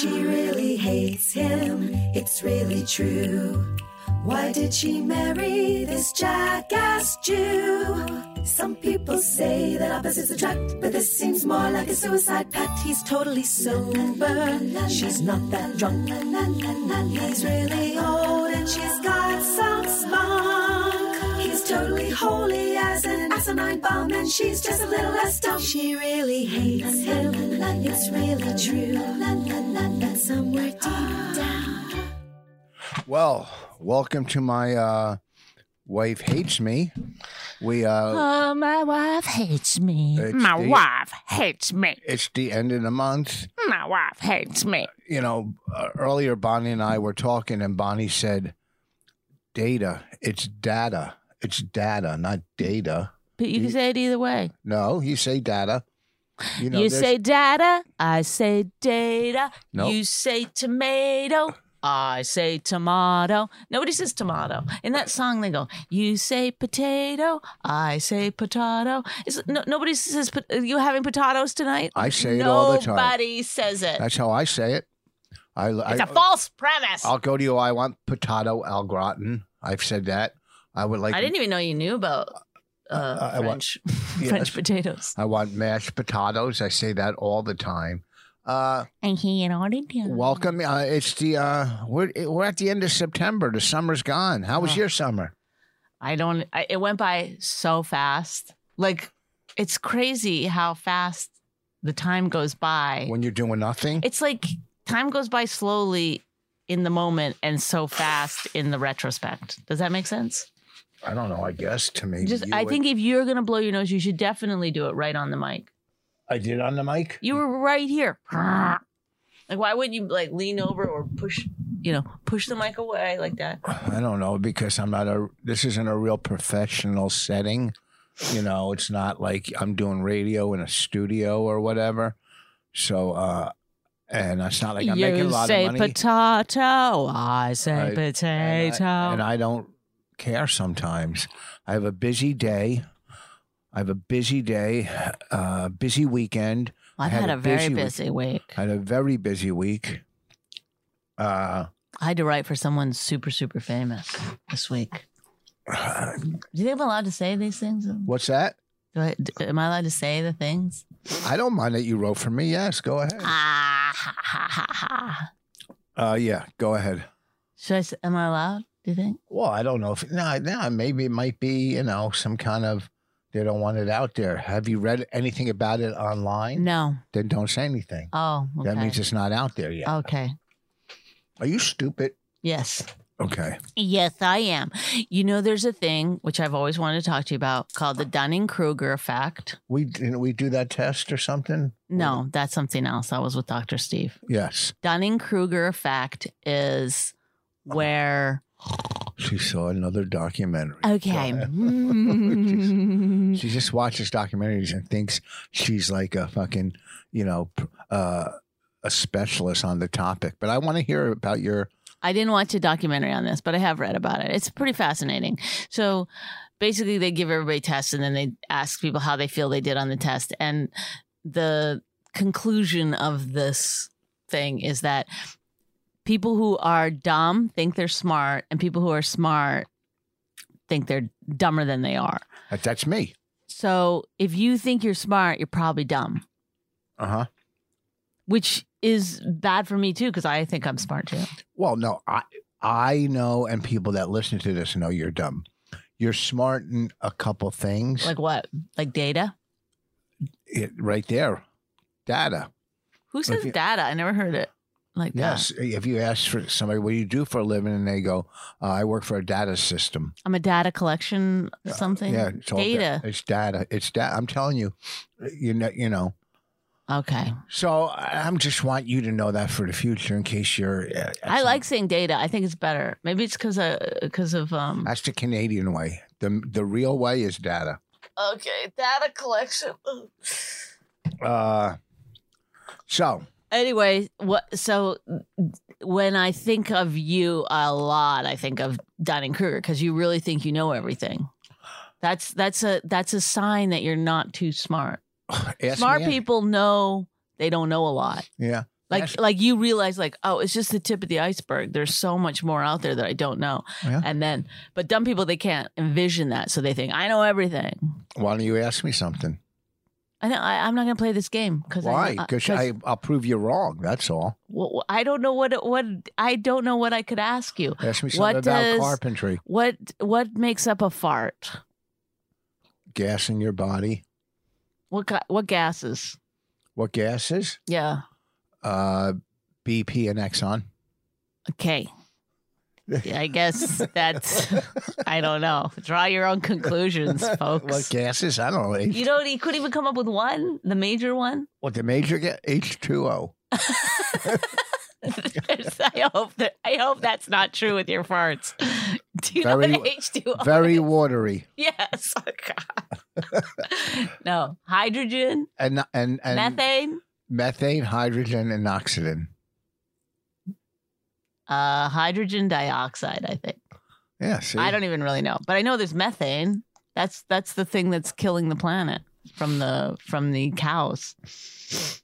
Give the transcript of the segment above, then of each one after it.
She really hates him, it's really true. Why did she marry this jackass Jew? Some people say that opposites attract, but this seems more like a suicide pact. He's totally sober, she's not that drunk. He's really old and she's got some spunk. He's totally holy as an asinine bomb, and she's just a little less dumb. She really hates him, it's really true. But somewhere deep down. Well, welcome to my uh, wife hates me. We uh, Oh, my wife hates me. it's My the- wife hates me. It's the end of the month. My wife hates me. You know, uh, earlier Bonnie and I were talking, and Bonnie said, "Data. It's data. It's data, not data." But you can say it either way. No, you say data. You, there's- say data, I say data. Nope. You say tomato, I say tomato. Nobody says tomato. In that song, they go, "You say potato, I say potato." It's, no, nobody says, "Pot- "You having potatoes tonight?" I say it Nobody all the time. says it. That's how I say it. I, It's I, a false premise. I'll go to you. I want potato al gratin. I've said that. I would like. I didn't even know you knew about uh, Uh, I wa- French Yeah, French that's- potatoes. I want mashed potatoes. I say that all the time. Uh, I hear it all the time. welcome. Uh, it's the uh, we're we're at the end of September. The summer's gone. How was Oh. your summer? I don't. I, it went by so fast. Like it's crazy how fast the time goes by. When you're doing nothing. it's like time goes by slowly in the moment and so fast in the retrospect. Does that make sense? I don't know. I guess to me, Just you I would- think if you're gonna blow your nose, you should definitely do it right on the mic. I did on the mic. You were right here. Like why wouldn't you like lean over or push you know, push the mic away like that? I don't know because I'm not a. This isn't a real professional setting. You know, it's not like I'm doing radio in a studio or whatever. So, uh and it's not like I'm making a you lot say of money. potato, Oh, I say I- potato. and, I, and I don't care sometimes. I have a busy day. I have a busy day, uh, busy weekend. I've had had a a busy very week. busy week. I had a very busy week. Uh, I had to write for someone super, super famous this week. Do you think I'm allowed to say these things? Do what's that? I, d- am I allowed to say the things? I don't mind that you wrote for me. Yes, go ahead. Ah, ha, ha, ha, ha. Uh, yeah, go ahead. Should I? s- Am I allowed? Do you think? Well, I don't know if no, no, maybe it might be you know some kind of they don't want it out there. Have you read anything about it online? No. Then don't say anything. Oh, okay. Uh, That means it's not out there yet. okay. Are you stupid? Yes. Okay. Yes, I am. You know, there's a thing which I've always wanted to talk to you about called the Dunning Kruger effect. We didn't we do that test or something? No, that's something else. I was with Dr. Steve. Yes. Dunning Kruger effect is where. She saw another documentary. Okay. Um, She just watches documentaries and thinks she's like a fucking, you know, p- uh, a specialist on the topic. But I want to hear about your. I didn't watch a documentary on this, but I have read about it. It's pretty fascinating. So basically, they give everybody tests and then they ask people how they feel they did on the test. And the conclusion of this thing is that people who are dumb think they're smart, and people who are smart think they're dumber than they are. that- uh, That's me. So if you think you're smart, you're probably dumb. Uh huh. which is bad for me too because I think I'm smart too. Well, no, I I know, and people that listen to this know you're dumb. You're smart in a couple things. Like what? Like data? it, right there, data. Who says you- data? I never heard it like Yes. If you ask for somebody, what do you do for a living? And they go, uh, I work for a data system. that. I'm a data collection something. Uh, Yeah, it's all da- data. it's data. It's data. I'm telling you, uh, you know, you know. Okay. So I- I'm just want you to know that for the future, in case you're. uh, that's I like saying data. I think it's better. Maybe it's because of because of um. That's the Canadian way. the The real way is data. Okay, data collection. Uh, so anyway, what? So when I think of you a lot, I think of Dunning Kruger because you really think you know everything. That's that's a that's a sign that you're not too smart. Ask smart me any- people know they don't know a lot. Yeah. Like Ask- like you realize like oh it's just the tip of the iceberg. There's so much more out there that I don't know. Yeah. And then but dumb people they can't envision that, so they think I know everything. Why don't you ask me something? I know I, I'm not gonna play this game because Why? I, uh, Because I, I'll prove you wrong. That's all. well, I don't know what what I don't know what I could ask you. Ask me What something about does- carpentry, What what makes up a fart? gas in your body, What ga- what gases? what gases, Yeah. uh, BP and Exxon. Okay. Yeah, I guess that's I don't know. Draw your own conclusions, What folks. gases? I don't know. H- You don't you couldn't even come up with one, the major one. what the major gas? H2O. There's- I hope that I hope that's not true with your farts. Do you Very- know what H2O? Very watery. yes. Oh, God. no. Hydrogen, And, and, and methane, methane, hydrogen, and oxygen. uh hydrogen dioxide, I think. Yeah. See? I don't even really know, but I know there's methane. That's that's the thing that's killing the planet from the from the cows.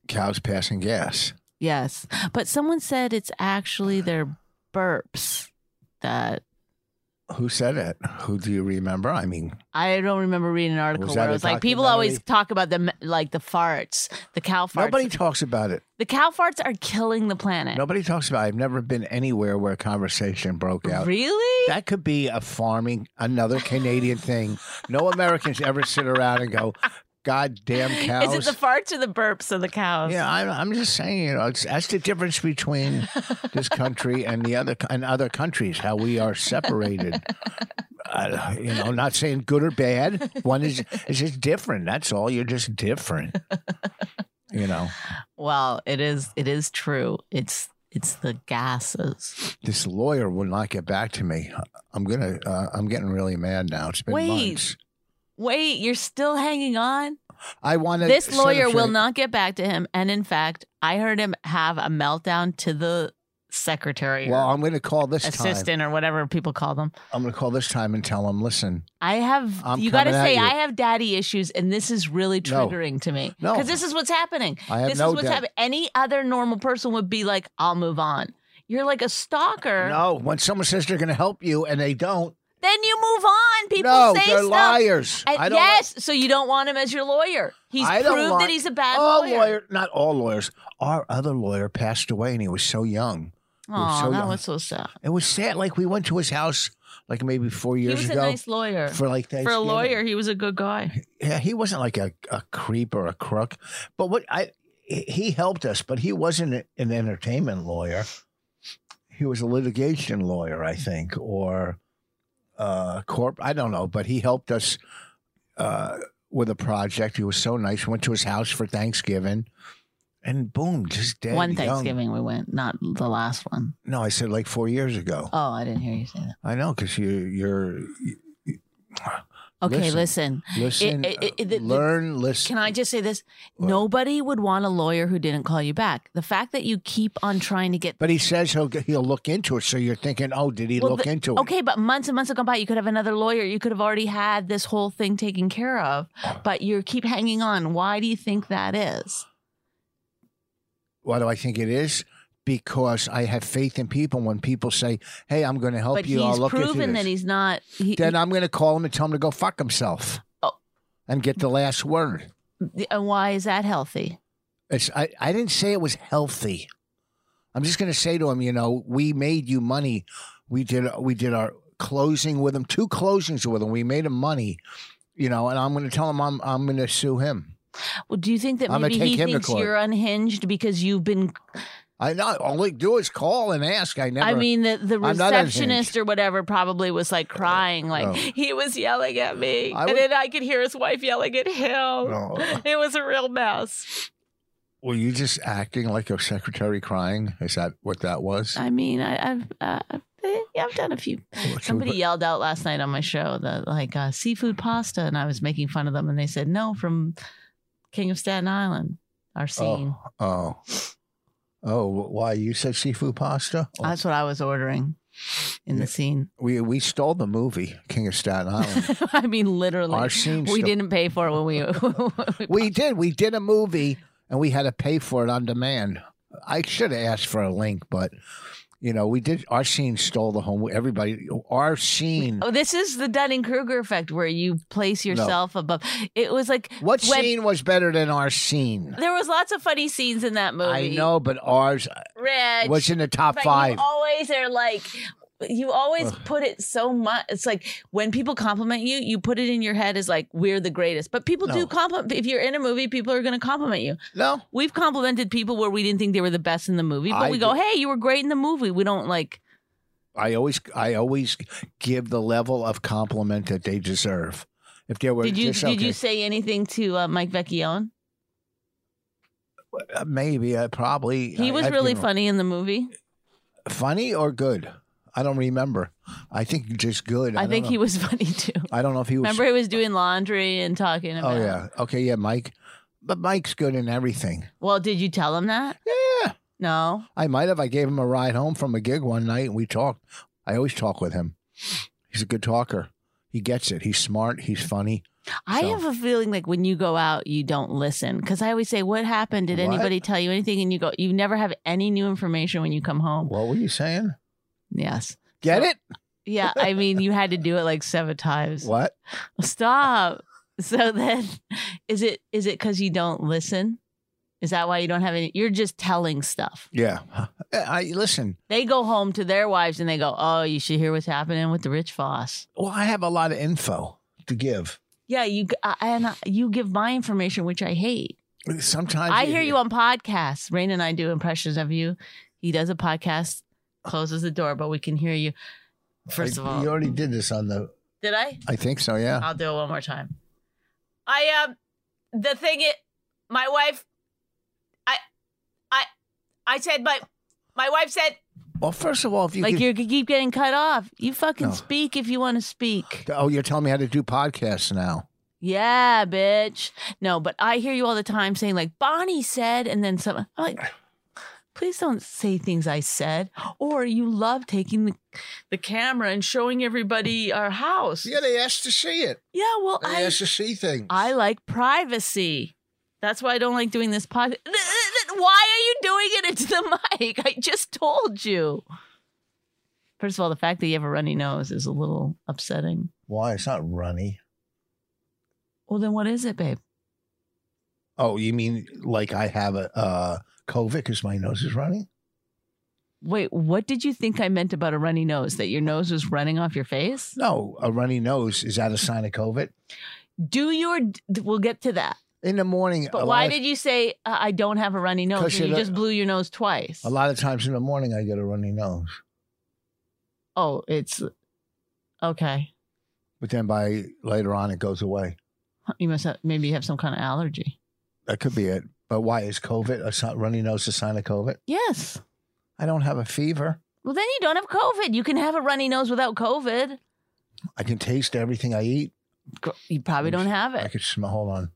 Cows passing gas. Yes, but someone said it's actually their burps that Who said it? Who do you remember? I mean, I don't remember reading an article Was where that it a was like people always talk about the me- like the farts, the cow farts. nobody talks about it. the cow farts are killing the planet. Nobody talks about it. I've never been anywhere where a conversation broke out. Really? That could be a farming, another Canadian thing. No Americans ever sit around and go, God damn cows. Is it the farts or the burps of the cows? yeah, I'm, I'm just saying, you know, it's, that's the difference between this country and the other and other countries, how we are separated. Uh, you know, not saying good or bad. One is is just different. That's all. You're just different. You know, Well, it is. It is true. It's it's the gases. this lawyer will not get back to me. I'm gonna. Uh, I'm getting really mad now. It's been Wait. months. Wait, you're still hanging on? I want to. this lawyer will not get back to him. And in fact, I heard him have a meltdown to the secretary Well, or I'm going to call this time. assistant or whatever people call them. I'm going to call this time and tell him, listen, I have, I'm you got to coming at say, you. I have daddy issues, and this is really No. triggering to me. No. Because this is what's happening. I have this no is what's dad- happening. Any other normal person would be like, I'll move on. You're like a stalker. no, when someone says they're going to help you and they don't, Then you move on. People no, say they're stuff. liars. And I don't yes, so you don't want him as your lawyer. He's I don't proved want- that he's a bad all lawyer. lawyer, not all lawyers. Our other lawyer passed away and he was so young. Aw, so that young. was so sad. It was sad. Like we went to his house like maybe four He years was a ago nice lawyer. for like for a Thanksgiving. lawyer, he was a good guy. Yeah, he wasn't like a, a creep or a crook. But what I he helped us, but he wasn't an entertainment lawyer. He was a litigation lawyer, I think, or uh corp I don't know, but he helped us uh with a project. He was so nice. Went to his house for Thanksgiving and boom, just dead. one young. Thanksgiving we went, not the last one. No, I said like four years ago. Oh, I didn't hear you say that. I know, because you you're Okay, listen. Listen. listen it- it- the- the- learn, listen. Can I just say this? What? Nobody would want a lawyer who didn't call you back. The fact that you keep on trying to get But he says he'll he'll look into it. So you're thinking, oh, did he Well, look the- into it? Okay, but months and months have gone by. You could have another lawyer. You could have already had this whole thing taken care of, but you keep hanging on. Why do you think that is? Why do I think it is? Because I have faith in people. When people say, "Hey, I'm going to help but you," I'll he's look into proven this. that he's not. He, then I'm going to call him and tell him to go fuck himself, Oh. and get the last word. and uh, why is that healthy? It's, I I didn't say it was healthy. I'm just going to say to him, you know, we made you money. We did we did our closing with him, two closings with him. We made him money, you know. And I'm going to tell him I'm I'm going to sue him. Well, do you think that I'm gonna maybe take he him to thinks court. you're unhinged because you've been I know. All they do is call and ask. I never. I mean, the, the I'm not receptionist unhinged. or whatever probably was like crying, like no. he was yelling at me, I and would- then I could hear his wife yelling at him. No. It was a real mess. Oh, Were you just acting like your secretary crying? Is that what that was? I mean, I, I've uh, yeah, I've done a few. Somebody yelled out last night on my show that like uh, seafood pasta, and I was making fun of them, and they said no from King of Staten Island. Our scene. Oh, oh, oh! Why you said seafood pasta? Oh, That's what I was ordering. in Yeah. the scene. We we stole the movie King of Staten Island. I mean, literally, Our scene. we still- didn't pay for it when we. We did. We did a movie, and we had to pay for it on demand. I should have asked for a link, but you know, we did. Our scene stole the whole. Everybody, our scene. oh, this is the Dunning Kruger effect, where you place yourself above. It was like What when- scene was better than our scene? There was lots of funny scenes in that movie. I know, but ours Rich. was in the top but five. You always are like, you always put it so much. It's like when people compliment you, you put it in your head as like, we're the greatest. But people No. do compliment. If you're in a movie, people are going to compliment you. no, We've complimented people where we didn't think they were the best in the movie, but I we go, did- hey, you were great in the movie. We don't like, I always I always give the level of compliment that they deserve. If they were did you, just did okay, you say anything to uh, Mike Vecchione? uh, maybe uh, probably He I- was I've really given- funny in the movie. funny or good. I don't remember. I think just good. I, I, don't think know. he was funny too. I don't know if he was. Remember, he was doing laundry and talking about. oh yeah. Okay. Yeah, Mike. But Mike's good in everything. Well, did you tell him that? Yeah. No. I might have. I gave him a ride home from a gig one night, and we talked. I always talk with him. He's a good talker. He gets it. He's smart. He's funny. I So- have a feeling like when you go out, you don't listen because I always say, "What happened? Did What? anybody tell you anything?" And you go, "You never have any new information when you come home." What were you saying? Uh, Yes, Get it? yeah. I mean, you had to do it like seven times. What? Stop. So then, is it is it because you don't listen? Is that why you don't have any? You're just telling stuff. Yeah. I listen. They go home to their wives and they go, "Oh, you should hear what's happening with the rich Foss." Well, I have a lot of info to give. Yeah, you g- I- and I- you give my information, which I hate. Sometimes I hear you on podcasts. Rain and I do impressions of you. He does a podcast, closes the door, but we can hear you. First of all, Uh, you already did this on the. did I? I think so. Yeah. I'll do it one more time. I um, the thing it, my wife, I, I, I said my, my wife said Well, first of all, if you like could- you keep getting cut off. You fucking No. speak if you want to speak. Oh, you're telling me how to do podcasts now. Yeah, bitch. No, but I hear you all the time saying like Bonnie said, and then some. I'm like, please don't say things I said. Or you love taking the, the camera and showing everybody our house. Yeah, Yeah, they asked to see it. well, They I asked to see things. I like privacy. That's why I don't like doing this podcast. Why are you doing it into the mic? I just told you. First of all, the fact that you have a runny nose is a little upsetting. Why? It's not runny. Well, then what is it, babe? Oh, you mean like I have a uh, COVID because my nose is running? Wait, what did you think I meant about a runny nose? That your nose was running off your face? No, a runny nose is that a sign of COVID? Do your we'll get to that. In the morning, But a why lot did you say uh, I don't have a runny 'Cause nose? And you you know- just blew your nose twice. of, a lot of times in the morning I get a runny nose, Oh, it's okay. but then by later on it goes away. You must have maybe you have some kind of allergy. That could be it. But why is COVID a si- runny nose a sign of COVID? Yes. I don't have a fever. Well, then you don't have COVID. You can have a runny nose without COVID. I can taste everything I eat. Gr- You probably don't have I it. could smell. Hold on.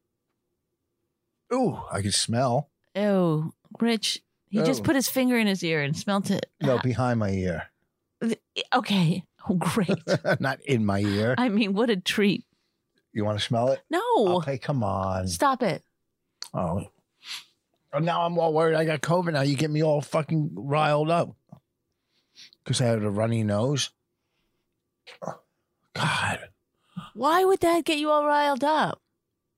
Ooh, I can smell. Oh, Rich, he just Oh. put his finger in his ear and smelt it. No, behind my ear, Okay. Oh, great. not in my ear. I mean, what a treat. You want to smell it? No. Okay, come on. Stop it. Oh. And now I'm all worried. I got COVID. Now you get me all fucking riled up because I had a runny nose. Oh, God, Why would that get you all riled up?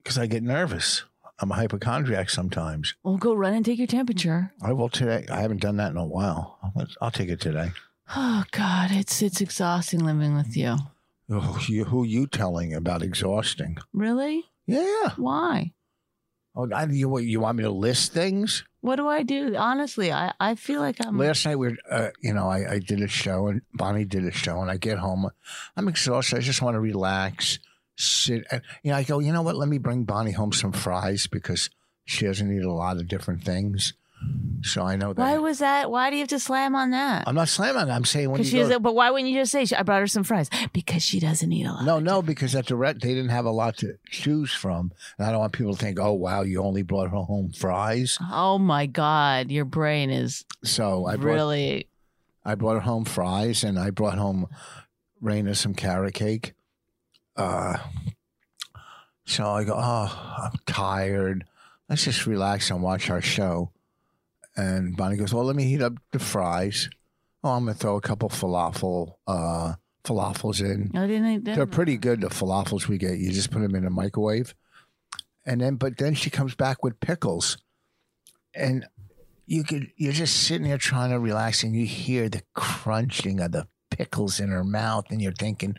because I get nervous. I'm a hypochondriac sometimes. Well, go run and take your temperature. I will today. I haven't done that in a while. I'll- I'll take it today. Oh God, it's it's exhausting living with you. Oh, you, who you telling about exhausting? Really? Yeah. Why? Oh, I, you, you want me to list things? What do I do? Honestly, I, I feel like I'm Last night we were, uh, you know, I, I did a show and Bonnie did a show, and I get home, I'm exhausted. I just want to relax, sit, and you know, I go, you know what? Let me bring Bonnie home some fries because she doesn't eat a lot of different things. So I know that. Why was that? Why do you have to slam on that? I'm not slamming. I'm saying when 'Cause you she go- doesn't- but why wouldn't you just say I brought her some fries because she doesn't eat a lot? no, no, because at the ret they didn't have a lot to choose from, and I don't want people to think, oh wow, you only brought her home fries. Oh my God, your brain is So I brought really I brought home fries and I brought home Raina some carrot cake. Uh, so I go, oh, I'm tired. Let's just relax and watch our show. And Bonnie goes, well, let me heat up the fries. Oh, I'm gonna throw a couple falafel uh, falafels in. No, didn't I? didn't- They're pretty good. The falafels we get, you just put them in the microwave, and then but then she comes back with pickles, and you could you're just sitting there trying to relax, and you hear the crunching of the pickles in her mouth, and you're thinking,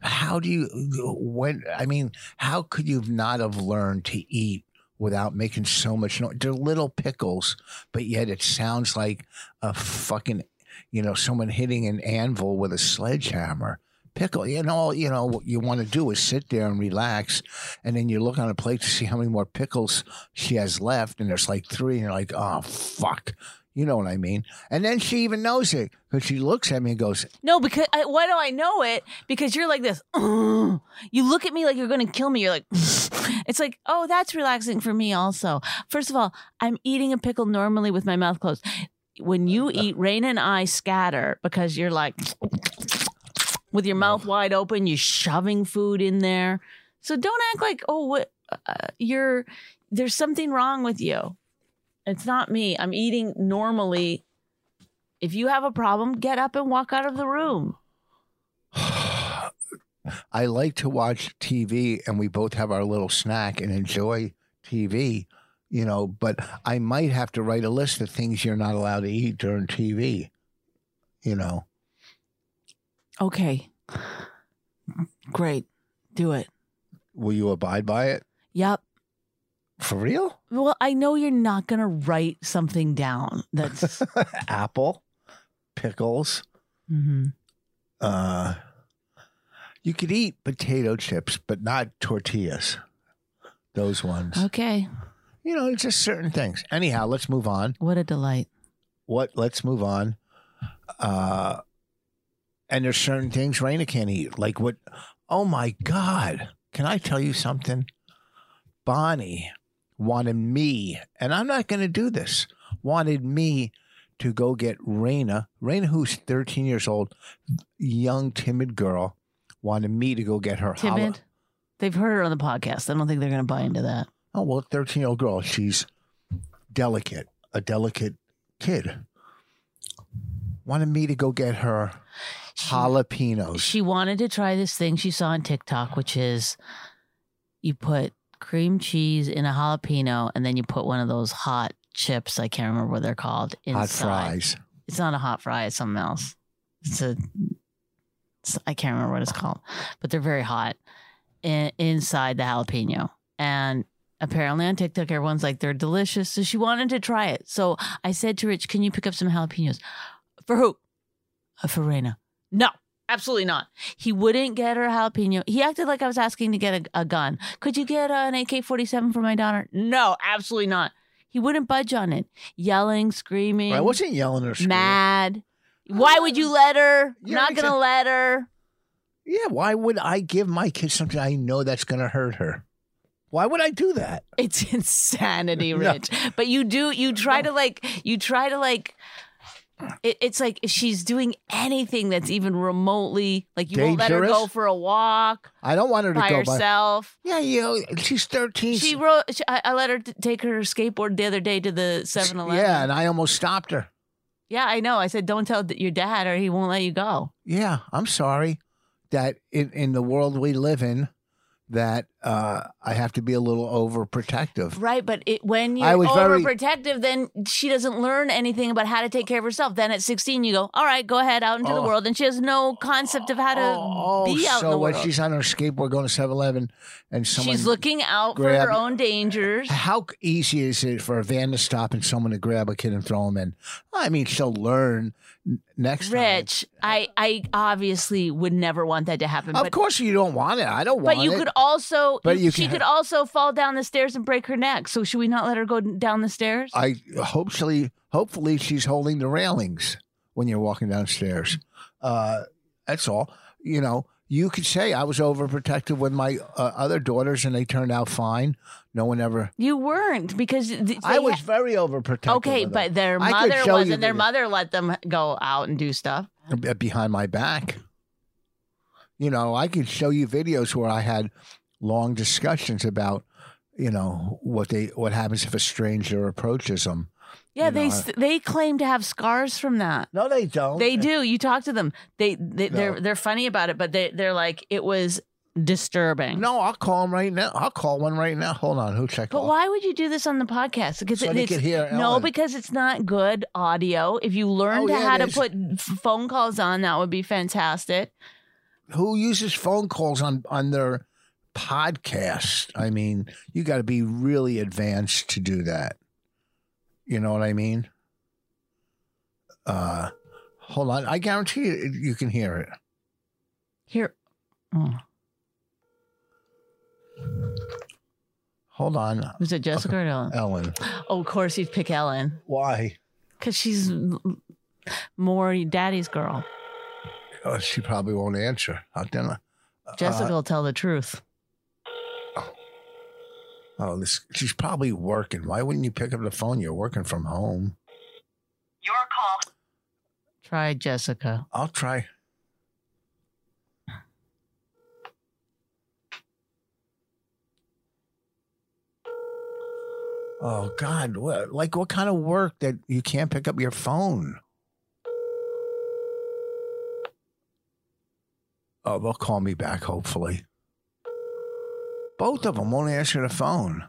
how do you when? I mean, how could you not have learned to eat? Without making so much noise, they're little pickles, but yet it sounds like a fucking, you know, someone hitting an anvil with a sledgehammer pickle. You know, you know what you want to do is sit there and relax, and then you look on a plate to see how many more pickles she has left, and there's like three, and you're like, oh fuck. You know what I mean? And then she even knows it because she looks at me and goes, No, because I, why do I know it? Because you're like this. "Ugh." You look at me like you're going to kill me. You're like, it's like, oh, that's relaxing for me also. First of all, I'm eating a pickle normally with my mouth closed. When you eat, Rain and I scatter because you're like, with your mouth wide open, you're shoving food in there. So don't act like, oh, what uh, you're. There's something wrong with you. It's not me. I'm eating normally. If you have a problem, get up and walk out of the room. I like to watch TV and we both have our little snack and enjoy TV, you know, but I might have to write a list of things you're not allowed to eat during TV, you know. Okay. Great. Do it. Will you abide by it? Yep. For real? Well, I know you're not going to write something down that's. Apple, pickles, Mm-hmm. Mhm. uh, you could eat potato chips, but not tortillas. Those ones. Okay. You know, it's just certain things. Anyhow, let's move on. What a delight. What? Let's move on. Uh, and there's certain things Raina can't eat. Like what? Oh my God. Can I tell you something? Bonnie wanted me, and I'm not going to do this, wanted me to go get Raina, Raina, who's 13 years old, young, timid girl, wanted me to go get her. hol- Timid. They've heard her on the podcast. I don't think they're going to buy into that. Oh, well, 13 year old girl. She's delicate, a delicate kid. Wanted me to go get her jalapenos. She wanted to try this thing she saw on TikTok, which is you put cream cheese in a jalapeno and then you put one of those hot chips. I can't remember what they're called. Inside. hot fries. It's not a hot fry. It's something else. It's a. it's- I can't remember what it's called, but they're very hot in, inside the jalapeno. And apparently on TikTok, everyone's like they're delicious. So she wanted to try it. So I said to Rich, "Can you pick up some jalapenos for who? "Uh, For Raina? No." Absolutely not. He wouldn't get her jalapeno. He acted like I was asking to get a, a gun. Could you get an AK 47 for my daughter? No, absolutely not. He wouldn't budge on it. Yelling, screaming I wasn't yelling or screaming. mad. Why would you let her? Ah. Yeah, Not makes gonna sense. let her. Yeah, why would I give my kid something I know that's going to hurt her? Why would I do that? It's insanity, No. Rich. But you do. You try to like. You try to like. It, it's like if she's doing anything that's even remotely like you won't let her Dangerous? go for a walk I don't want her to by go by. herself. Yeah, you know, she's 13. She wrote. She, I, I let her t- take her skateboard the other day to the 7-Eleven. Yeah, and I almost stopped her. yeah, I know. I said, "Don't tell d- your dad, or he won't let you go." yeah i'm sorry that in, in the world we live in that uh, i have to be a little overprotective Right, but it, when I you're was very- overprotective, then she doesn't learn anything about how to take care of herself. Then at 16, you go, all right, go ahead out into the Oh. world, and she has no concept of how to be out so in the when world. she's on her skateboard going to 7-eleven and someone She's looking out for grab- her own dangers. how easy is it for a van to stop and someone to grab a kid and throw him in i mean she'll learn n- next Rich, I, I obviously would never want that to happen. time of but, course you don't want it i don't want but you it could also, But you she can- could also fall down the stairs and break her neck. So should we not let her go down the stairs? i hopefully hopefully she's holding the railings when you're walking downstairs uh, that's all you know you could say I was overprotective with my uh, other daughters and they turned out fine. No one ever. You weren't because th- they I was ha- very overprotective. okay, with but their I could mother show you wasn't. Their video. mother let them go out and do stuff. them b- uh, behind my back. You know, I could show you videos where I had long discussions about, you know, what they what happens if a stranger approaches them. Yeah, You know, they I- s they claim to have scars from that. No, they don't. They do. You talk to them. They, they No. they're they're funny about it, but they they're like it was disturbing. No, I'll call them right now. I'll call one right now. Hold on, who's that? But call? why would you do this on the podcast? Because So it, they it's could hear. no, Ellen. because it's not good audio. If you learned Oh, yeah, how it to is. put f- phone calls on, that would be fantastic. who uses phone calls on on their podcast? I mean, you got to be really advanced to do that. You know what I mean? Uh, hold on. I guarantee you, you can hear it. Here, oh, Hold on, was it Jessica or Ellen? Ellen. Oh, of course you'd pick Ellen Why? because she's m- more daddy's girl. Oh, she probably won't answer. How can I? Uh, Uh-huh. Jessica will tell the truth. Oh, this. She's probably working. Why wouldn't you pick up the phone? You're working from home. Your call. Try Jessica. I'll try. Oh God! What like what kind of work that you can't pick up your phone? Oh, they'll call me back. Hopefully, both of them won't answer the phone.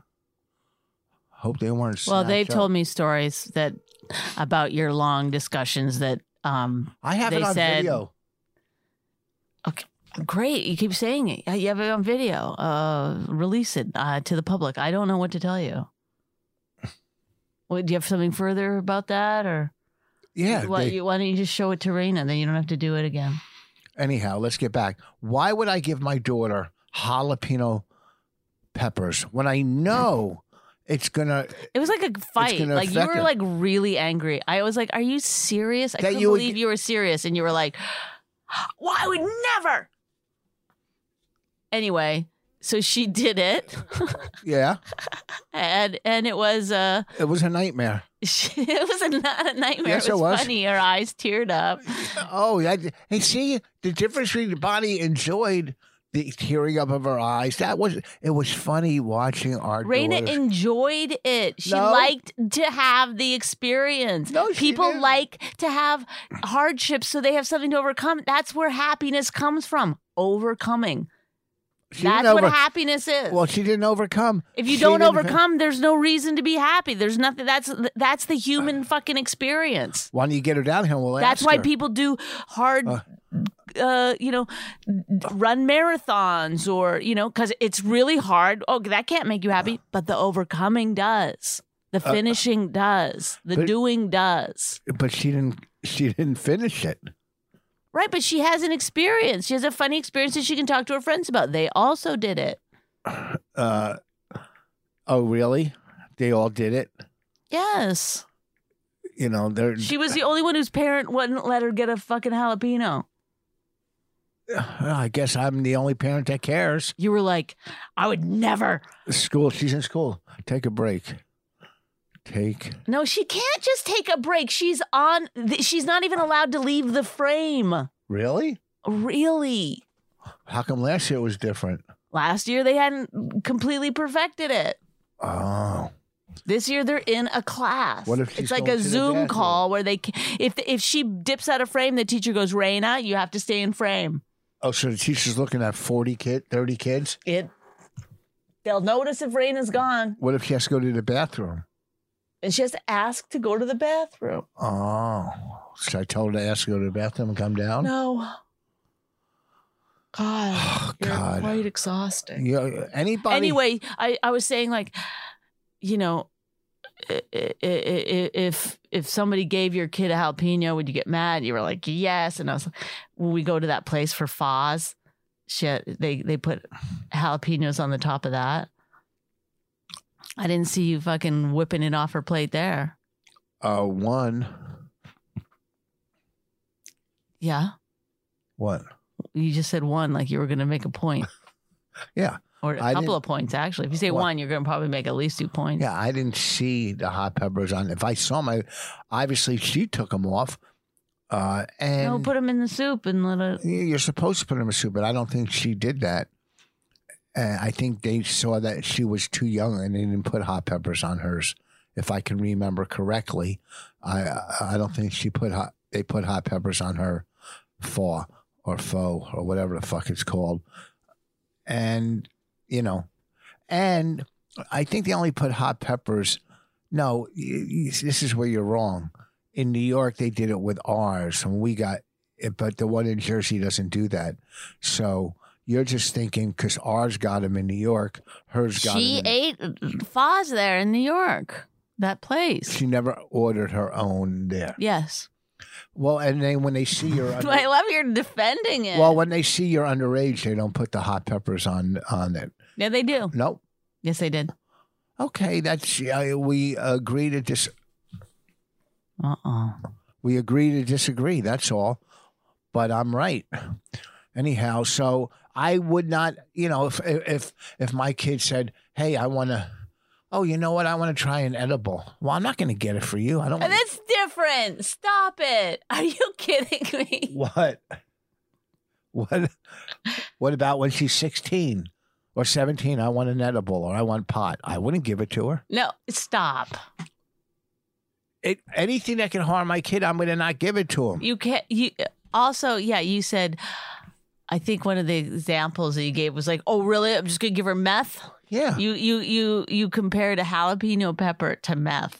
Hope they weren't. Well, they've snatched up. told me stories that about your long discussions that um I have it they on said- video. great you keep saying it Uh, you have it on video uh release it uh, to the public i don't know what to tell you what, do you have something further about that or Yeah. why, they- you, why don't you just show it to Raina? then you don't have to do it again Anyhow, let's get back. Why would I give my daughter jalapeno peppers when I know it's gonna it was like a fight gonna like you affect were her. like really angry i was like are you serious i That couldn't you would believe get- you were serious and you were like well, i would never anyway so she did it yeah, and and it was uh it was a nightmare. it was a, not a nightmare Yes, it, it was was. funny her eyes teared up Oh, I, and see the difference between the body enjoyed the tearing up of her eyes. That was it was funny watching our Raina daughters- enjoyed it. She No. liked to have the experience. No, she People didn't. like to have hardships so they have something to overcome. That's where happiness comes from. Overcoming. She didn't That's over- what happiness is. Well, she didn't overcome. if you She don't didn't- overcome, there's no reason to be happy. There's nothing. That's that's the human fucking experience. why don't you get her down here? Uh, Well, That's why people do hard, Uh. uh, you know, run marathons or, you know, because it's really hard. Oh, that can't make you Uh. happy, but the overcoming does. The finishing does. The but- doing does. But she didn't. She didn't finish it. Right. But she has an experience. She has a funny experience that she can talk to her friends about. They also did it. Uh, oh, really? They all did it. Yes. You know, they're She was the only one whose parent wouldn't let her get a fucking jalapeno. Well, I guess I'm the only parent that cares. You were like, I would never. School, she's in school. Take a break. Take. No, she can't just take a break. She's on, th- she's not even allowed to leave the frame. Really? Really? How come last year was different? Last year they hadn't completely perfected it. Oh, This year they're in a class. What if she's it's like going a to the Zoom bathroom? call where they ca- if if she dips out of frame, the teacher goes, "Raina, you have to stay in frame." oh. So the teacher's looking at forty kid, thirty kids. It they'll notice if Raina's gone, What if she has to go to the bathroom? and she has to ask to go to the bathroom. Oh, should I tell her to ask to go to the bathroom and come down? No. God, Oh, you're God. quite exhausting. You- anybody? anyway, I, I was saying like, you know, i- i- i- i- if if somebody gave your kid a jalapeno, would you get mad? You were like, yes. And I was like, when we go to that place for Foz, shit, they they put jalapenos on the top of that. I didn't see you fucking whipping it off her plate there. uh, one. Yeah, What? You- You just said one, like you were going to make a point Yeah. or a I couple didn't- of points, actually. If you say What? one, you're going to probably make at least two points. Yeah, I didn't see the hot peppers on. If I saw my, obviously she took them off. Uh, and No, put them in the soup and let it. Y- You're supposed to put them in soup, but I don't think she did that. Uh, I think they saw that she was too young and they didn't put hot peppers on hers. If I can remember correctly, I I- I don't think she put hot. They put hot peppers on her pho or pho or whatever the fuck it's called, and you know, and I think they only put hot peppers. No, y- y- this is where you're wrong. In New York, they did it with ours, and we got it, but the one in Jersey doesn't do that. So you're just thinking because ours got him in New York, hers got She him. in- ate Foz there in New York, that place. she never ordered her own there. Yes. Well, and then when they see your under- I love you're defending it. well, when they see you're underage, they don't put the hot peppers on on it. yeah, they do. Nope. Yes, they did. Okay, that's uh, we agree to dis- Uh oh. we agree to disagree. That's all. But I'm right. Anyhow, so I would not, you know, if if if my kid said, "Hey, I want to," oh, you know what? I want to try an edible. Well, I'm not going to get it for you. I don't. want That's different. Stop it. Are you kidding me? what? What? What about when she's 16 or 17? I want an edible or I want pot. I wouldn't give it to her. No, stop. It, anything that can harm my kid, I'm going to not give it to him. You can't. You also, yeah. You said, I think one of the examples that you gave was like, "Oh, really? I'm just gonna give her meth." Yeah, You, you, you, you compared a jalapeno pepper to meth,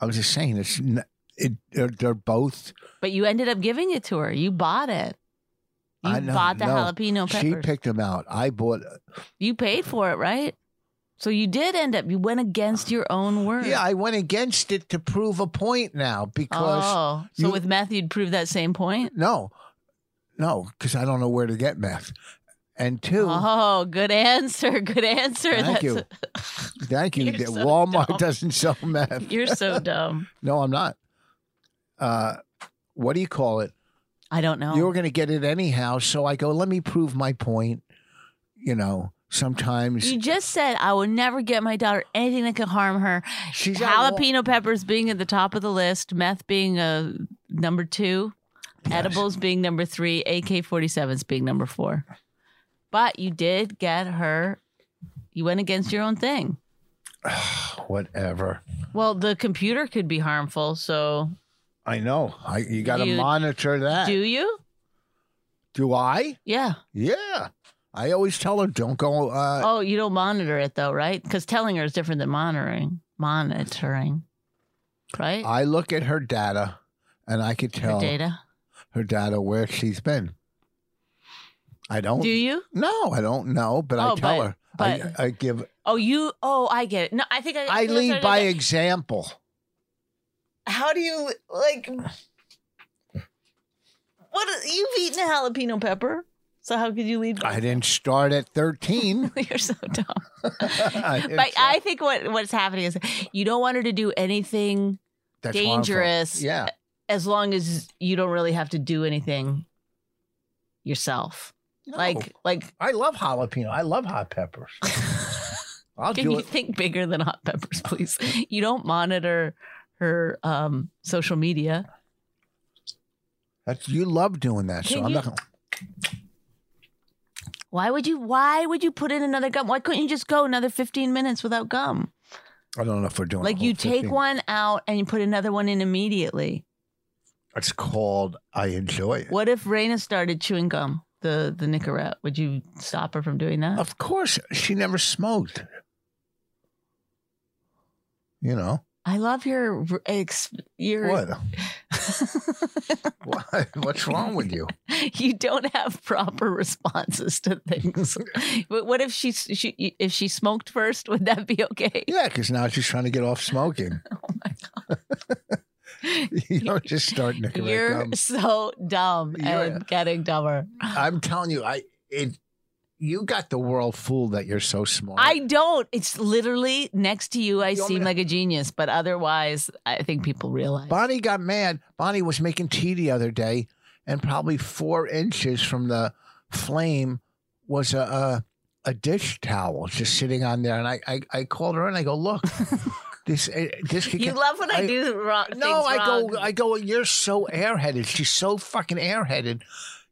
I was just saying it's. n- It, they're, they're both but you ended up giving it to her. You bought it. You I know, bought the no. jalapeno She pepper. picked them out. I bought. you paid for it, right? So you did end up. You went against your own word. Yeah, I went against it to prove a point now because Oh, so you- with meth, you'd prove that same point. no, no, because I don't know where to get meth. And two, Oh, good answer. Good answer. thank you, thank you. You're that so Walmart dumb. doesn't sell meth. You're so dumb. no, I'm not. Uh, what do you call it? I don't know. You were going to get it anyhow, so I go. Let me prove my point. You know, sometimes You just said I will never get my daughter anything that could harm her. she's at Wal- Jalapeno peppers being at the top of the list, meth being uh, number two, Yes. edibles being number three, AK 47s being number four. But you did get her, you went against your own thing. Whatever. Well, the computer could be harmful. So I know. I, you got to You- monitor that. do you? do I? Yeah. Yeah. I always tell her, don't go. Uh, Oh, you don't monitor it though, right? Because telling her is different than monitoring. Monitoring, right? I look at her data and I could Her tell her data, data. where she's been. I don't. Do you? No, I don't know, but Oh, I tell but- her. but- I, I give. Oh, you. Oh, I get it. No, I think I. I think I lead started by to- example. How do you like? What you've eaten a jalapeno pepper? So how could you lead? by- I didn't start at 13. You're so dumb. I didn't But start- I think what what's happening is you don't want her to do anything That's harmful. dangerous uh, Yeah. as long as you don't really have to do anything yourself. No. Like like I love jalapeno. I love hot peppers. I'll Can do you it. think bigger than hot peppers, please? You don't monitor her um, social media. That's, you love doing that. So Can I'm you- not going to. Why would you? Why would you put in another gum? Why couldn't you just go another fifteen minutes without gum? I don't know if we're doing a Like whole you take 15. one out and you put another one in immediately. It's called I enjoy it. What if Raina started chewing gum? The the Nicorette. Would you stop her from doing that? Of course, she never smoked. You know I love your r- ex. Your what? what? What's wrong with you? you don't have proper responses to things. but what if she she if she smoked first? Would that be okay? Yeah, because now she's trying to get off smoking. you don't just start nicking You're gum. so dumb You're- and getting dumber. I'm telling you, I it. You got the world fooled that you're so smart. I don't. It's literally next to you. I You want me seem to- like a genius, but otherwise, I think people realize. Bonnie got mad. Bonnie was making tea the other day, and probably four inches from the flame was a, a a dish towel just sitting on there, and I I, I called her and I go, look, this eh, this could You get- love when I, I- do wrong. no, things I wrong. go, I go. You're so airheaded. She's so fucking airheaded.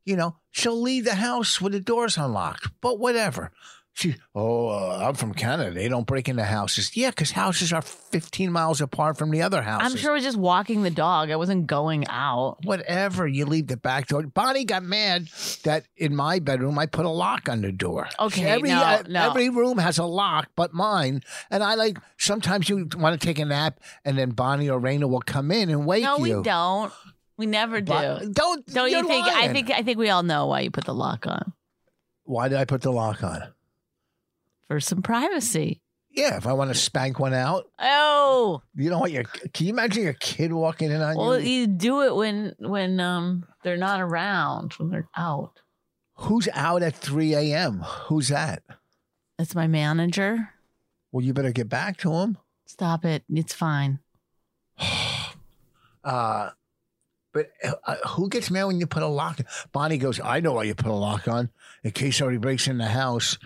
You know, she'll leave the house with the doors unlocked. But whatever. She, oh, uh, I'm from Canada. They don't break into houses. Yeah, because houses are 15 miles apart from the other houses. I'm sure I was just walking the dog. I wasn't going out. Whatever. You leave the back door. Bonnie got mad that in my bedroom I put a lock on the door. Okay, Every, no, uh, no. every room has a lock, but mine. And I like sometimes you want to take a nap, and then Bonnie or Raina will come in and wake No, you. we don't. We never do. But- Don't don't you you're think? I lying. think I think we all know why you put the lock on Why did I put the lock on? for some privacy. Yeah, if I want to spank one out, Oh, you don't want your. Can you imagine your kid walking in on well, you? you do it when when um they're not around when they're out. Who's out at three a.m.? Who's that? That's my manager. Well, you better get back to him. Stop it. It's fine. Uh, but uh, who gets mad when you put a lock? Bonnie goes, "I know why you put a lock on. In case somebody breaks in the house,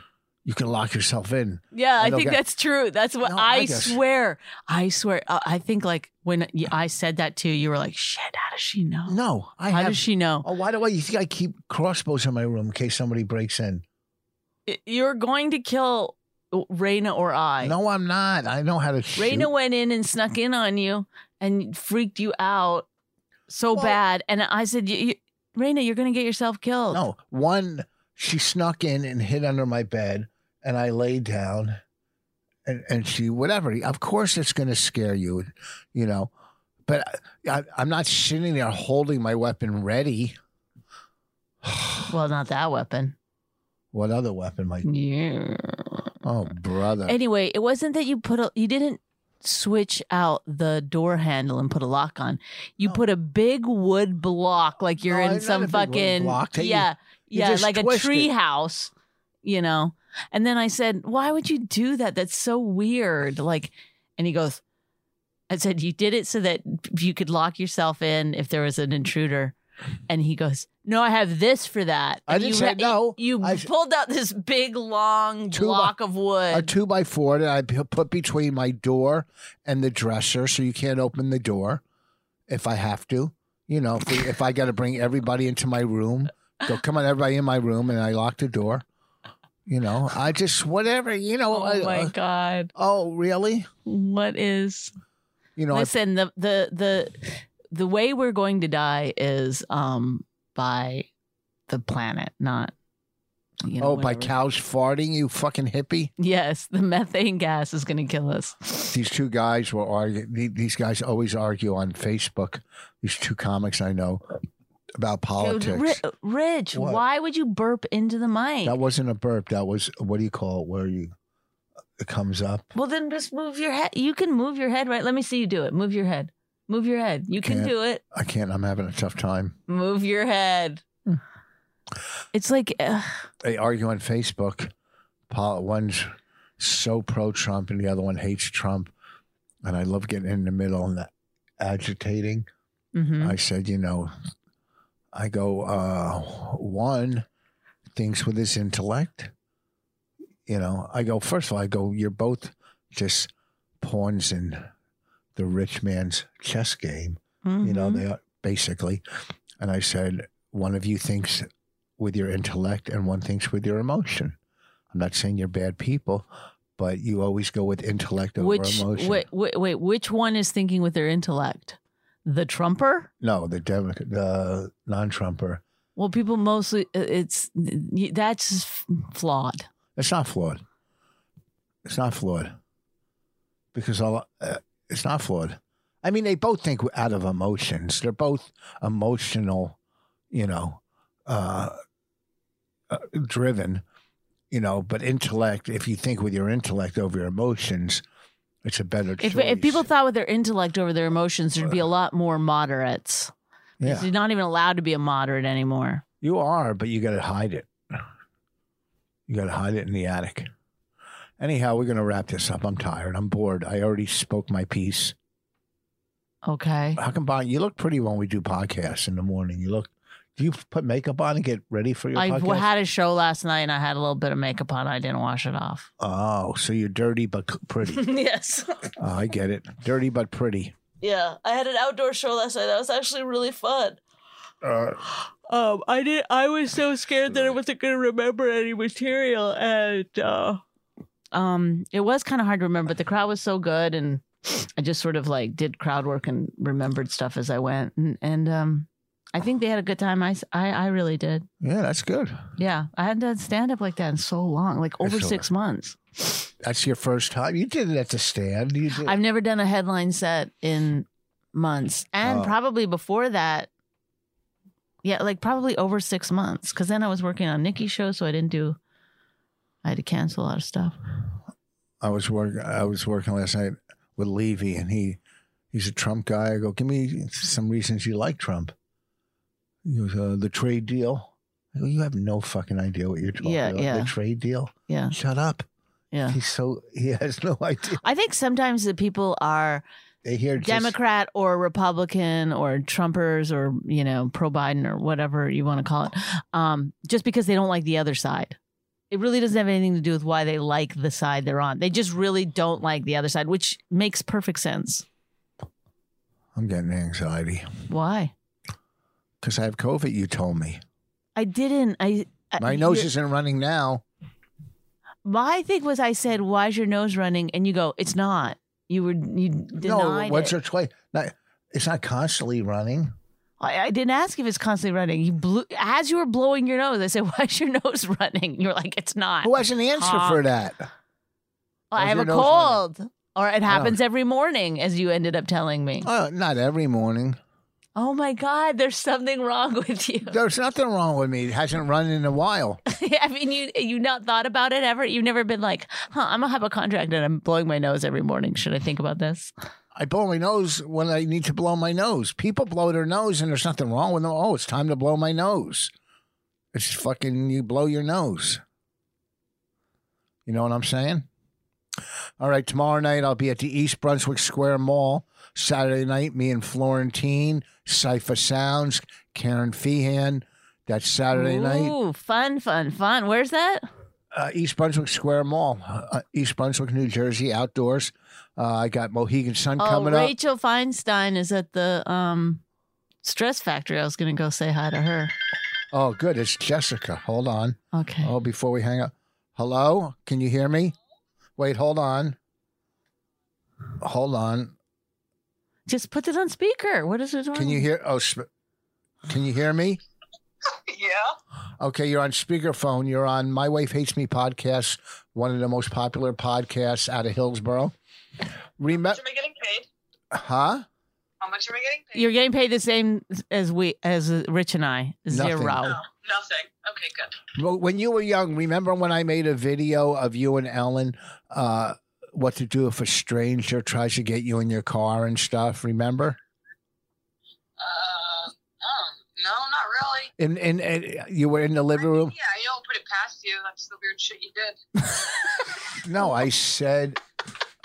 you can lock yourself in." Yeah, I And they'll think get- that's true. That's what No, I, I guess- swear. I swear. I, I think like when you, I said that to you, you were like, "Shit, how does she know? No, I how have. does she know?" oh, why do I? You think I keep crossbows in my room in case somebody breaks in? I- You're going to kill Raina or I. no, I'm not. I know how to shoot. Raina went in and snuck in on you and freaked you out so Well- bad. And I said, you, you, "Raina, you're going to get yourself killed." No, one she snuck in and hid under my bed, and I laid down, and and she whatever. Of course, it's going to scare you, you know. But I, I'm not sitting there holding my weapon ready. Well, not that weapon. What other weapon, Mike? Yeah. Oh, brother! Anyway, it wasn't that you put a you didn't switch out the door handle and put a lock on. You No. put a big wood block like you're Oh. No, in not a some big wood fucking block. That you- yeah, you yeah, just like a twist it. tree house, you know. And then I said, "Why would you do that? That's so weird." Like and he goes I said, "You did it so that you could lock yourself in if there was an intruder." And he goes, "No, I have this for that." I And didn't you say no. You I- pulled out this big long Two bu- block of wood. a two by four that I p- put between my door and the dresser, so you can't open the door if I have to. You know, if, we, if I got to bring everybody into my room, go come on, everybody in my room, and I lock the door. You know, I just whatever. You know, Oh I- my uh, god! oh really? What is? You know, I, Listen, the the the the way we're going to die is um by the planet, not you know, oh by whatever. cows farting, you fucking hippie. Yes, the methane gas is going to kill us. these two guys will argue. the- These guys always argue on Facebook. These two comics I know about politics. Dude, Ri- Rich, What? why would you burp into the mic? That wasn't a burp. That was what do you call it? Where you it comes up. well, then just move your head. You can move your head, right? Let me see you do it. Move your head. Move your head. You can Can't. do it. I can't. I'm having a tough time. Move your head. It's like. Uh, They argue on Facebook. Pol- One's so pro Trump, and the other one hates Trump. And I love getting in the middle and that agitating. mhm. I said, you know, I go, uh, one thinks with his intellect. You know, I go, first of all, I go, you're both just pawns in the rich man's chess game. you know Mhm. they are basically and i said one of you thinks with your intellect and one thinks with your emotion i'm not saying you're bad people but you always go with intellect over which emotion wait, wait, wait, which one is thinking with their intellect? The Trumper? no the Demo- the non-trumper Well, people mostly uh, it's that's just flawed. it's not flawed it's not flawed because all uh, it's not flawed i mean they both think out of emotions they're both emotional you know uh, uh driven you know but intellect if you think with your intellect over your emotions it's a better choice. If, if people thought with their intellect over their emotions, there'd be a lot more moderates. yeah You're not even allowed to be a moderate anymore. You are, but you got to hide it. You got to hide it in the attic. Anyhow, we're going to wrap this up. I'm tired. I'm bored. I already spoke my piece. Okay. How come Bon? You look pretty when we do podcasts in the morning. You look, Do you put makeup on and get ready for your I w- podcast? had a show last night and I had a little bit of makeup on. I didn't wash it off. oh, so you're dirty but c- pretty. yes. oh, I get it. Dirty but pretty. Yeah. I had an outdoor show last night. That was actually really fun. Uh, Um, I did. I was so scared that I wasn't going to remember any material, and uh, um, it was kind of hard to remember. But the crowd was so good, and I just sort of like did crowd work and remembered stuff as I went, and, and um, I think they had a good time. I, s- I- I really did. yeah, that's good. Yeah, I hadn't done stand up like that in so long, like over Excellent. six months. That's your first time. You did it at the stand. You did. I've never done a headline set in months, and Oh. probably before that. Yeah, like probably over six months, because then I was working on Nikki's show, so I didn't do. I had to cancel a lot of stuff. I was work. I was working last night with Levy, and he he's a Trump guy. I go, give me some reasons you like Trump. He goes, uh, the trade deal. I go, you have no fucking idea what you're talking Yeah, about. yeah. The trade deal. Yeah, Shut up. yeah. He's so he has no idea. I think sometimes the people are They hear just, Democrat or Republican or Trumpers or you know pro Biden or whatever you want to call it, um, just because they don't like the other side. It really doesn't have anything to do with why they like the side they're on. They just really don't like the other side, which makes perfect sense. I'm getting anxiety Why? because I have COVID. You told me I didn't. I my nose isn't running now. My thing was, I said, "Why's your nose running?" And you go, "It's not." You were you denied no, once it. or twice. Not, it's not constantly running. I, I didn't ask if it's constantly running. You blew as you were blowing your nose. I said, "Why's your nose running?" You're like, "It's not." Who has an answer Honk. for that? Well, I How's have your a nose running? cold. Or it happens every morning, as you ended up telling me. Uh, not every morning. Oh my God, there's something wrong with you. There's nothing wrong with me. It hasn't run in a while. I mean, you you not thought about it ever. You've never been like, huh? I'm a hypochondriac and I'm blowing my nose every morning. Should I think about this? I blow my nose when I need to blow my nose. People blow their nose and there's nothing wrong with them. Oh, it's time to blow my nose. It's just fucking you blow your nose. You know what I'm saying? All right, tomorrow night I'll be at the East Brunswick Square Mall. Saturday night, me and Florentine, Cypher Sounds, Karen Feehan. That's Saturday night. Ooh, fun, fun, fun. Where's that? uh, East Brunswick Square Mall, uh, East Brunswick, New Jersey, outdoors. Uh, I got Mohegan Sun Oh, coming up. Rachel Feinstein is at the um, Stress Factory. I was gonna go say hi to her. Oh, good. It's Jessica. Hold on. Okay. Oh, before we hang up. Hello? Can you hear me? Wait, hold on. Hold on. Just put it on speaker. What is it? Can on? you hear? Oh, sp- can you hear me? Yeah. Okay, you're on speakerphone. You're on My Wife Hates Me podcast, one of the most popular podcasts out of Hillsboro. How much Remember, am I getting paid? huh? How much am I getting paid? You're getting paid the same as we as Rich and I. Nothing. Zero. Oh, nothing. Okay, good. Well, when you were young, remember when I made a video of you and Ellen, uh, what to do if a stranger tries to get you in your car and stuff? Remember? Uh, um, no, not really. And and, and you were in the living room. Yeah, I don't put it past you. That's the weird shit you did. No, I said,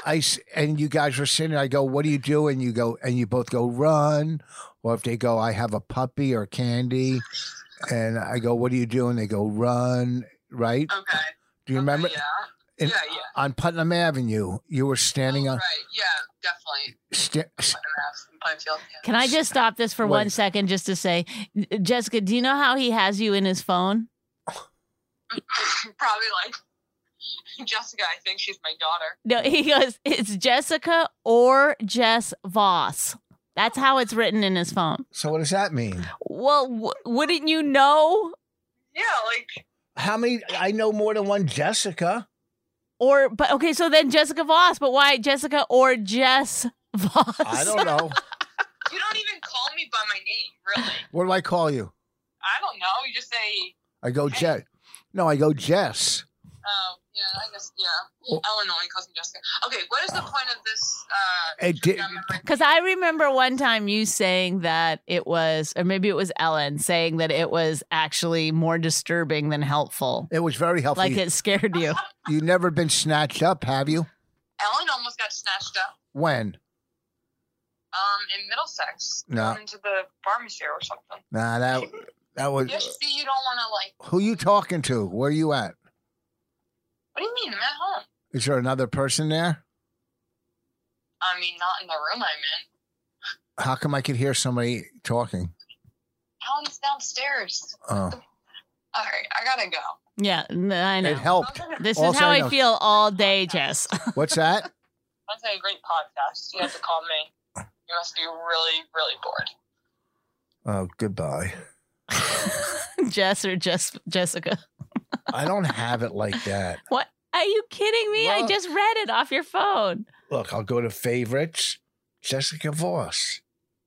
I s- and you guys were sitting. there, I go, what do you do? And you go, and you both go run, or if they go, I have a puppy or candy, and I go, what do you do? And they go run. Right? Okay. Do you okay, remember? Oh, Yeah. In- yeah, yeah. On Putnam Avenue, you were standing Oh, on. Right. Yeah, definitely. sta- st- Putnam Ave in Pinefield. Yeah. Can I just stop this for Wait. one second just to say, Jessica, do you know how he has you in his phone? Probably like Jessica. I think she's my daughter. No, he goes, it's Jessica or Jess Voss. That's how it's written in his phone. so what does that mean? Well, w- wouldn't you know? Yeah, like How many? I know more than one Jessica. Or, but okay, so then Jessica Voss, but why Jessica or Jess Voss? I don't know. you don't even call me by my name, really. what do I call you? I don't know. You just say, I go Jess. No, I go Jess. oh, yeah, I guess, yeah. Well- Ellen only calls me Jessica. Okay, what is the point of this? Uh, It did, Because I remember one time you saying that it was, or maybe it was Ellen saying that it was actually more disturbing than helpful. it was very helpful. Like it scared you. You've never been snatched up, have you? Ellen almost got snatched up When? um, in Middlesex. No. Going into the pharmacy or something. uh, Nah, that That was You see, you don't want to like. who you talking to? Where you at? What do you mean? I'm at home. Is there another person there? I mean, not in the room I'm in. How come I could hear somebody talking? Helen's downstairs. Oh, All right, I gotta go. Yeah, n- I it know. helped. Oh. This Also, is how I I know- feel all day, Jess. What's that? That's a great podcast. You have to call me. You must be really, really bored. Oh, goodbye. Jess or Jess Jessica. I don't have it like that. Are you kidding me? I Well- just read it off your phone. Look, I'll go to favorites. Jessica Voss.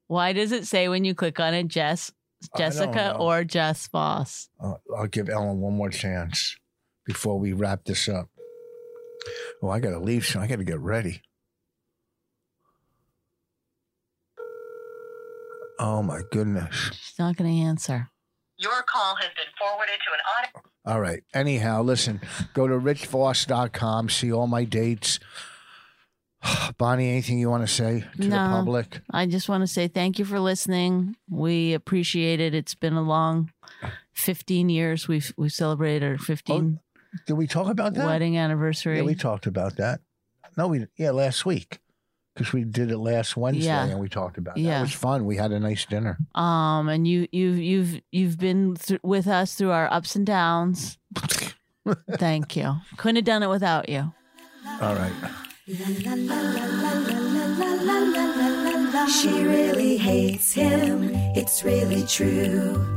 Why does it say when you click on it, Jess I don't Jessica know. or Jess Voss? Uh, I'll give Ellen one more chance before we wrap this up. Oh, I got to leave, so I got to get ready. Oh, my goodness. She's not going to answer. Your call has been forwarded to an audit. All right. Anyhow, listen, go to richvoss.com, see all my dates. Bonnie, anything you want to say to the No. public? I just want to say thank you for listening. We appreciate it. It's been a long 15 years. We've we celebrated our 15 Did we talk about that? wedding anniversary. Oh, Yeah, we talked about that. No, we yeah last week because we did it last Wednesday Yeah. and we talked about it. Yeah. It was fun. We had a nice dinner. um and you you you've you've been thr- with us through our ups and downs. thank you. Couldn't have done it without you. All right. She really hates him, it's really true.